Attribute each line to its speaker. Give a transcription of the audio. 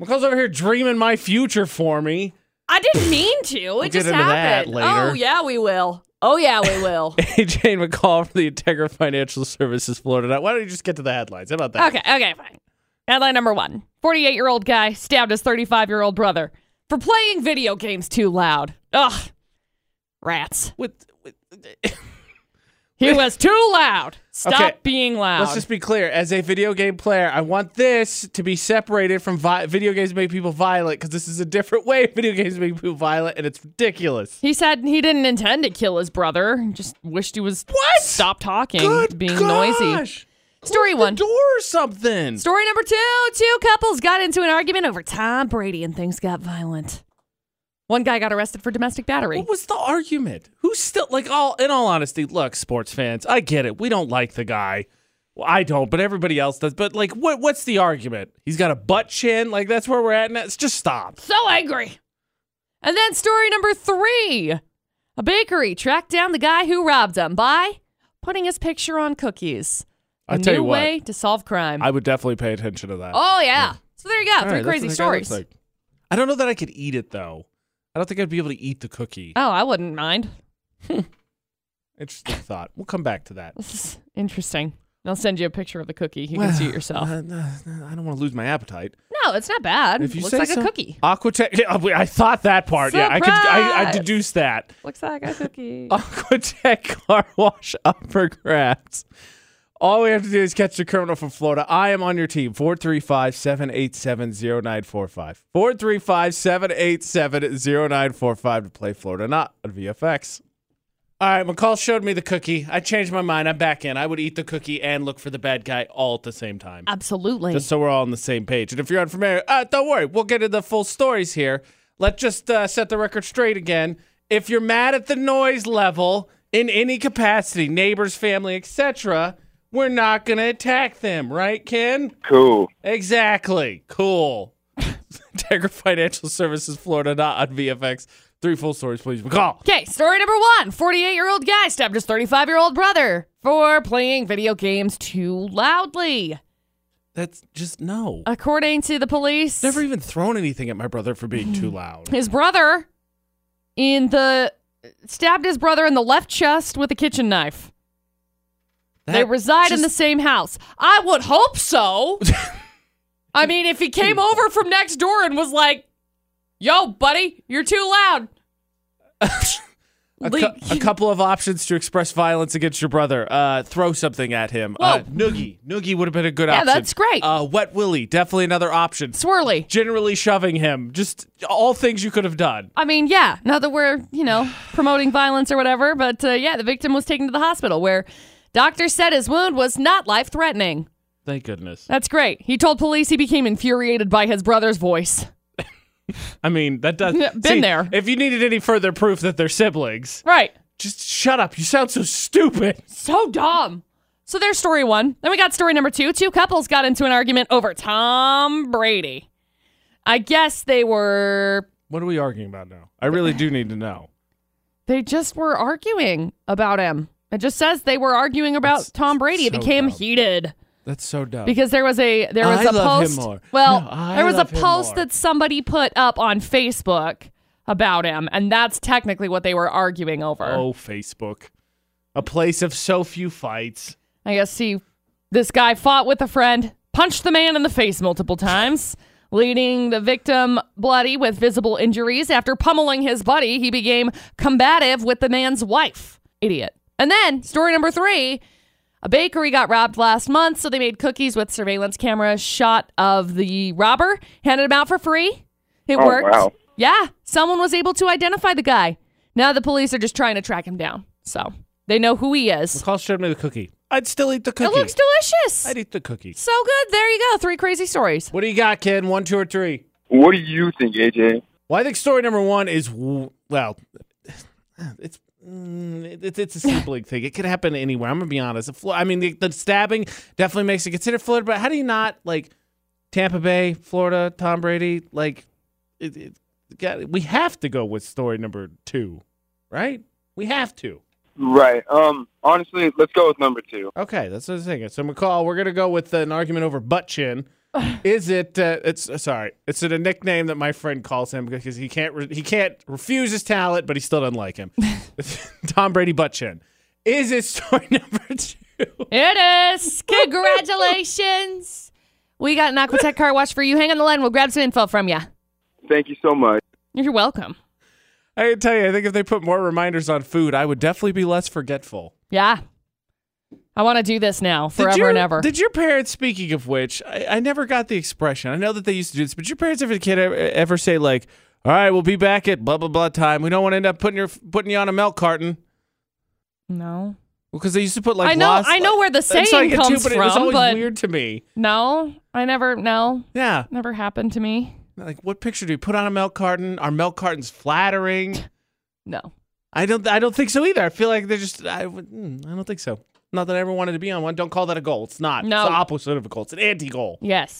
Speaker 1: McCall's over here dreaming my future for me.
Speaker 2: I didn't mean to.
Speaker 1: get
Speaker 2: It just
Speaker 1: into that
Speaker 2: happened.
Speaker 1: later.
Speaker 2: Oh yeah, we will. Oh yeah, we will.
Speaker 1: AJ McCall from the Integra Financial Services Florida. Why don't you just get to the headlines? How about that?
Speaker 2: okay, okay, fine. Headline number one: 48-year-old guy stabbed his 35-year-old brother for playing video games too loud. Ugh, rats.
Speaker 1: With, with
Speaker 2: He was too loud. Stop
Speaker 1: Okay,
Speaker 2: being loud.
Speaker 1: let's just be clear. As a video game player, I want this to be separated from vi- video games make people violent because this is a different way video games make people violent, and it's ridiculous.
Speaker 2: He said he didn't intend to kill his brother. he Just wished he was
Speaker 1: What?
Speaker 2: stop talking,
Speaker 1: Good
Speaker 2: being noisy.
Speaker 1: gosh.
Speaker 2: Story
Speaker 1: The
Speaker 2: one.
Speaker 1: door or something.
Speaker 2: Story number two. Two couples got into an argument over Tom Brady, and things got violent. One guy got arrested for domestic battery.
Speaker 1: What was the argument? Who's still like all in all honesty, look, sports fans, I get it. We don't like the guy. Well, I don't, but everybody else does. But like what what's the argument? He's got a butt chin, like that's where we're at now. It's just stop.
Speaker 2: So angry. And then story number three. A bakery tracked down the guy who robbed them by putting his picture on cookies. A
Speaker 1: I tell
Speaker 2: new
Speaker 1: you what.
Speaker 2: way to solve crime.
Speaker 1: I would definitely pay attention to that.
Speaker 2: oh yeah. So there you go.
Speaker 1: All right,
Speaker 2: Three
Speaker 1: that's
Speaker 2: crazy
Speaker 1: what the guy looks
Speaker 2: stories.
Speaker 1: like. I don't know that I could eat it though. I don't think I'd be able to eat the cookie.
Speaker 2: Oh, I wouldn't mind.
Speaker 1: Interesting thought. We'll come back to that.
Speaker 2: This is interesting. I'll send you a picture of the cookie. You can see it yourself.
Speaker 1: Uh, no, no, I don't want to lose my appetite.
Speaker 2: No, it's not bad.
Speaker 1: If you
Speaker 2: Looks
Speaker 1: say
Speaker 2: like
Speaker 1: so-
Speaker 2: a cookie.
Speaker 1: Aquatech. Yeah, I thought that part. Yeah, I could. I, I
Speaker 2: Surprise!
Speaker 1: deduced that.
Speaker 2: Looks like a cookie.
Speaker 1: Uh, Aquatech car wash up for grabs. All we have to do is catch the criminal from Florida. I am on your team. 435 787 0945. 435 787 0945 to play Florida, not on VFX. All right, McCall showed me the cookie. I changed my mind. I'm back in. I would eat the cookie and look for the bad guy all at the same time.
Speaker 2: Absolutely.
Speaker 1: Just so we're all on the same page. And if you're unfamiliar, uh, don't worry. We'll get into the full stories here. Let's just uh, set the record straight again. If you're mad at the noise level in any capacity, neighbors, family, etc., we're not going to attack them, right, Ken?
Speaker 3: Cool.
Speaker 1: Exactly. Cool. Integra Financial Services, Florida, not on VFX. Three full stories, please. McCall.
Speaker 2: Okay, story number one 48 year old guy stabbed his 35 year old brother for playing video games too loudly.
Speaker 1: That's just no.
Speaker 2: According to the police,
Speaker 1: Never even thrown anything at my brother for being too loud.
Speaker 2: his brother in the stabbed his brother in the left chest with a kitchen knife. they
Speaker 1: That
Speaker 2: reside in
Speaker 1: just-
Speaker 2: the same house. I would hope so. I mean, if he came over from next door and was like, "Yo, buddy, you're too loud."
Speaker 1: a,
Speaker 2: Like-
Speaker 1: cou- a couple of options to express violence against your brother. Uh, throw something at him. Uh, noogie. Noogie would have been a good
Speaker 2: Yeah,
Speaker 1: option.
Speaker 2: that's great.
Speaker 1: Uh, wet willy. Definitely another option.
Speaker 2: swirly.
Speaker 1: Generally shoving him. Just all things you could have done.
Speaker 2: I mean, yeah, not that we're, you know, promoting violence or whatever, but uh, yeah, the victim was taken to the hospital where doctors said his wound was not life threatening.
Speaker 1: Thank goodness.
Speaker 2: That's great. He told police he became infuriated by his brother's voice.
Speaker 1: I mean, that does.
Speaker 2: Yeah, been
Speaker 1: See,
Speaker 2: there.
Speaker 1: If you needed any further proof that they're siblings,
Speaker 2: Right.
Speaker 1: just shut up. You sound so stupid.
Speaker 2: So dumb. So there's story one. Then we got story number two. Two couples got into an argument over Tom Brady. I guess they were,
Speaker 1: What are we arguing about now? I really do need to know.
Speaker 2: they just were arguing about him. It just says they were arguing about
Speaker 1: That's
Speaker 2: Tom Brady. It
Speaker 1: so
Speaker 2: became
Speaker 1: dumb.
Speaker 2: heated.
Speaker 1: That's so dumb.
Speaker 2: because there was a there was
Speaker 1: I
Speaker 2: a
Speaker 1: love him
Speaker 2: post.
Speaker 1: more.
Speaker 2: Well,
Speaker 1: No, I
Speaker 2: there was a
Speaker 1: love him
Speaker 2: post
Speaker 1: more.
Speaker 2: that somebody put up on Facebook about him, and that's technically what they were arguing over.
Speaker 1: oh, Facebook. A place of so few fights.
Speaker 2: I guess he, this guy fought with a friend, punched the man in the face multiple times, leading the victim bloody with visible injuries. After pummeling his buddy, he became combative with the man's wife. Idiot. And then, story number three a bakery got robbed last month, so they made cookies with surveillance cameras shot of the robber, handed them out for free. It
Speaker 3: Oh,
Speaker 2: worked.
Speaker 3: wow.
Speaker 2: Yeah, someone was able to identify the guy. Now the police are just trying to track him down. So they know who he is.
Speaker 1: Call showed me the cookie. I'd still eat the cookie.
Speaker 2: It looks delicious.
Speaker 1: I'd eat the cookie.
Speaker 2: so good. There you go. Three crazy stories.
Speaker 1: What do you got, Ken? One, two, or three?
Speaker 3: What do you think, AJ?
Speaker 1: Well, I think story number one is w- well, it's mm, it- it's it's a sibling thing. It could happen anywhere. I'm gonna be honest. The Flo- I mean, the, the stabbing definitely makes it considered Florida. But how do you not like Tampa Bay, Florida, Tom Brady? Like, it, it, got, we have to go with story number two, right? We have to.
Speaker 3: Right. Um. Honestly, let's go with number two.
Speaker 1: Okay, that's what I'm saying. So McCall, we're gonna go with an argument over butt chin. Is it? Uh, it's uh, sorry. It's a nickname that my friend calls him because he can't re- he can't refuse his talent, but he still doesn't like him. It's Tom Brady butt chin. Is it story number two?
Speaker 2: It is. Congratulations. We got an Aquatech car wash for you. Hang on the line. We'll grab some info from you.
Speaker 3: Thank you so much.
Speaker 2: You're welcome.
Speaker 1: I can tell you, I think if they put more reminders on food, I would definitely be less forgetful.
Speaker 2: Yeah. I want to do this now
Speaker 1: Did
Speaker 2: forever
Speaker 1: your-
Speaker 2: and ever.
Speaker 1: Did your parents, speaking of which, I, I never got the expression. I know that they used to do this, but did your parents, ever, kid, ever, ever say like, "All right, we'll be back at blah blah blah time. We don't want to end up putting your putting you on a milk carton."
Speaker 2: no.
Speaker 1: Because they used to put like
Speaker 2: I know-
Speaker 1: lost-
Speaker 2: I know where the
Speaker 1: I'm sorry,
Speaker 2: saying
Speaker 1: I get
Speaker 2: comes
Speaker 1: too, but It was
Speaker 2: from,
Speaker 1: always
Speaker 2: but-
Speaker 1: weird to me.
Speaker 2: No. I never, no.
Speaker 1: Yeah,
Speaker 2: Never happened to me.
Speaker 1: like what picture do you put on a milk carton? Are milk cartons flattering?
Speaker 2: No.
Speaker 1: I don't. I don't think so either. I feel like they're just. I. would- mm, I don't think so. Not that I ever wanted to be on one. Don't call that a goal. It's not.
Speaker 2: No.
Speaker 1: It's the opposite of a goal. It's an anti-goal.
Speaker 2: Yes.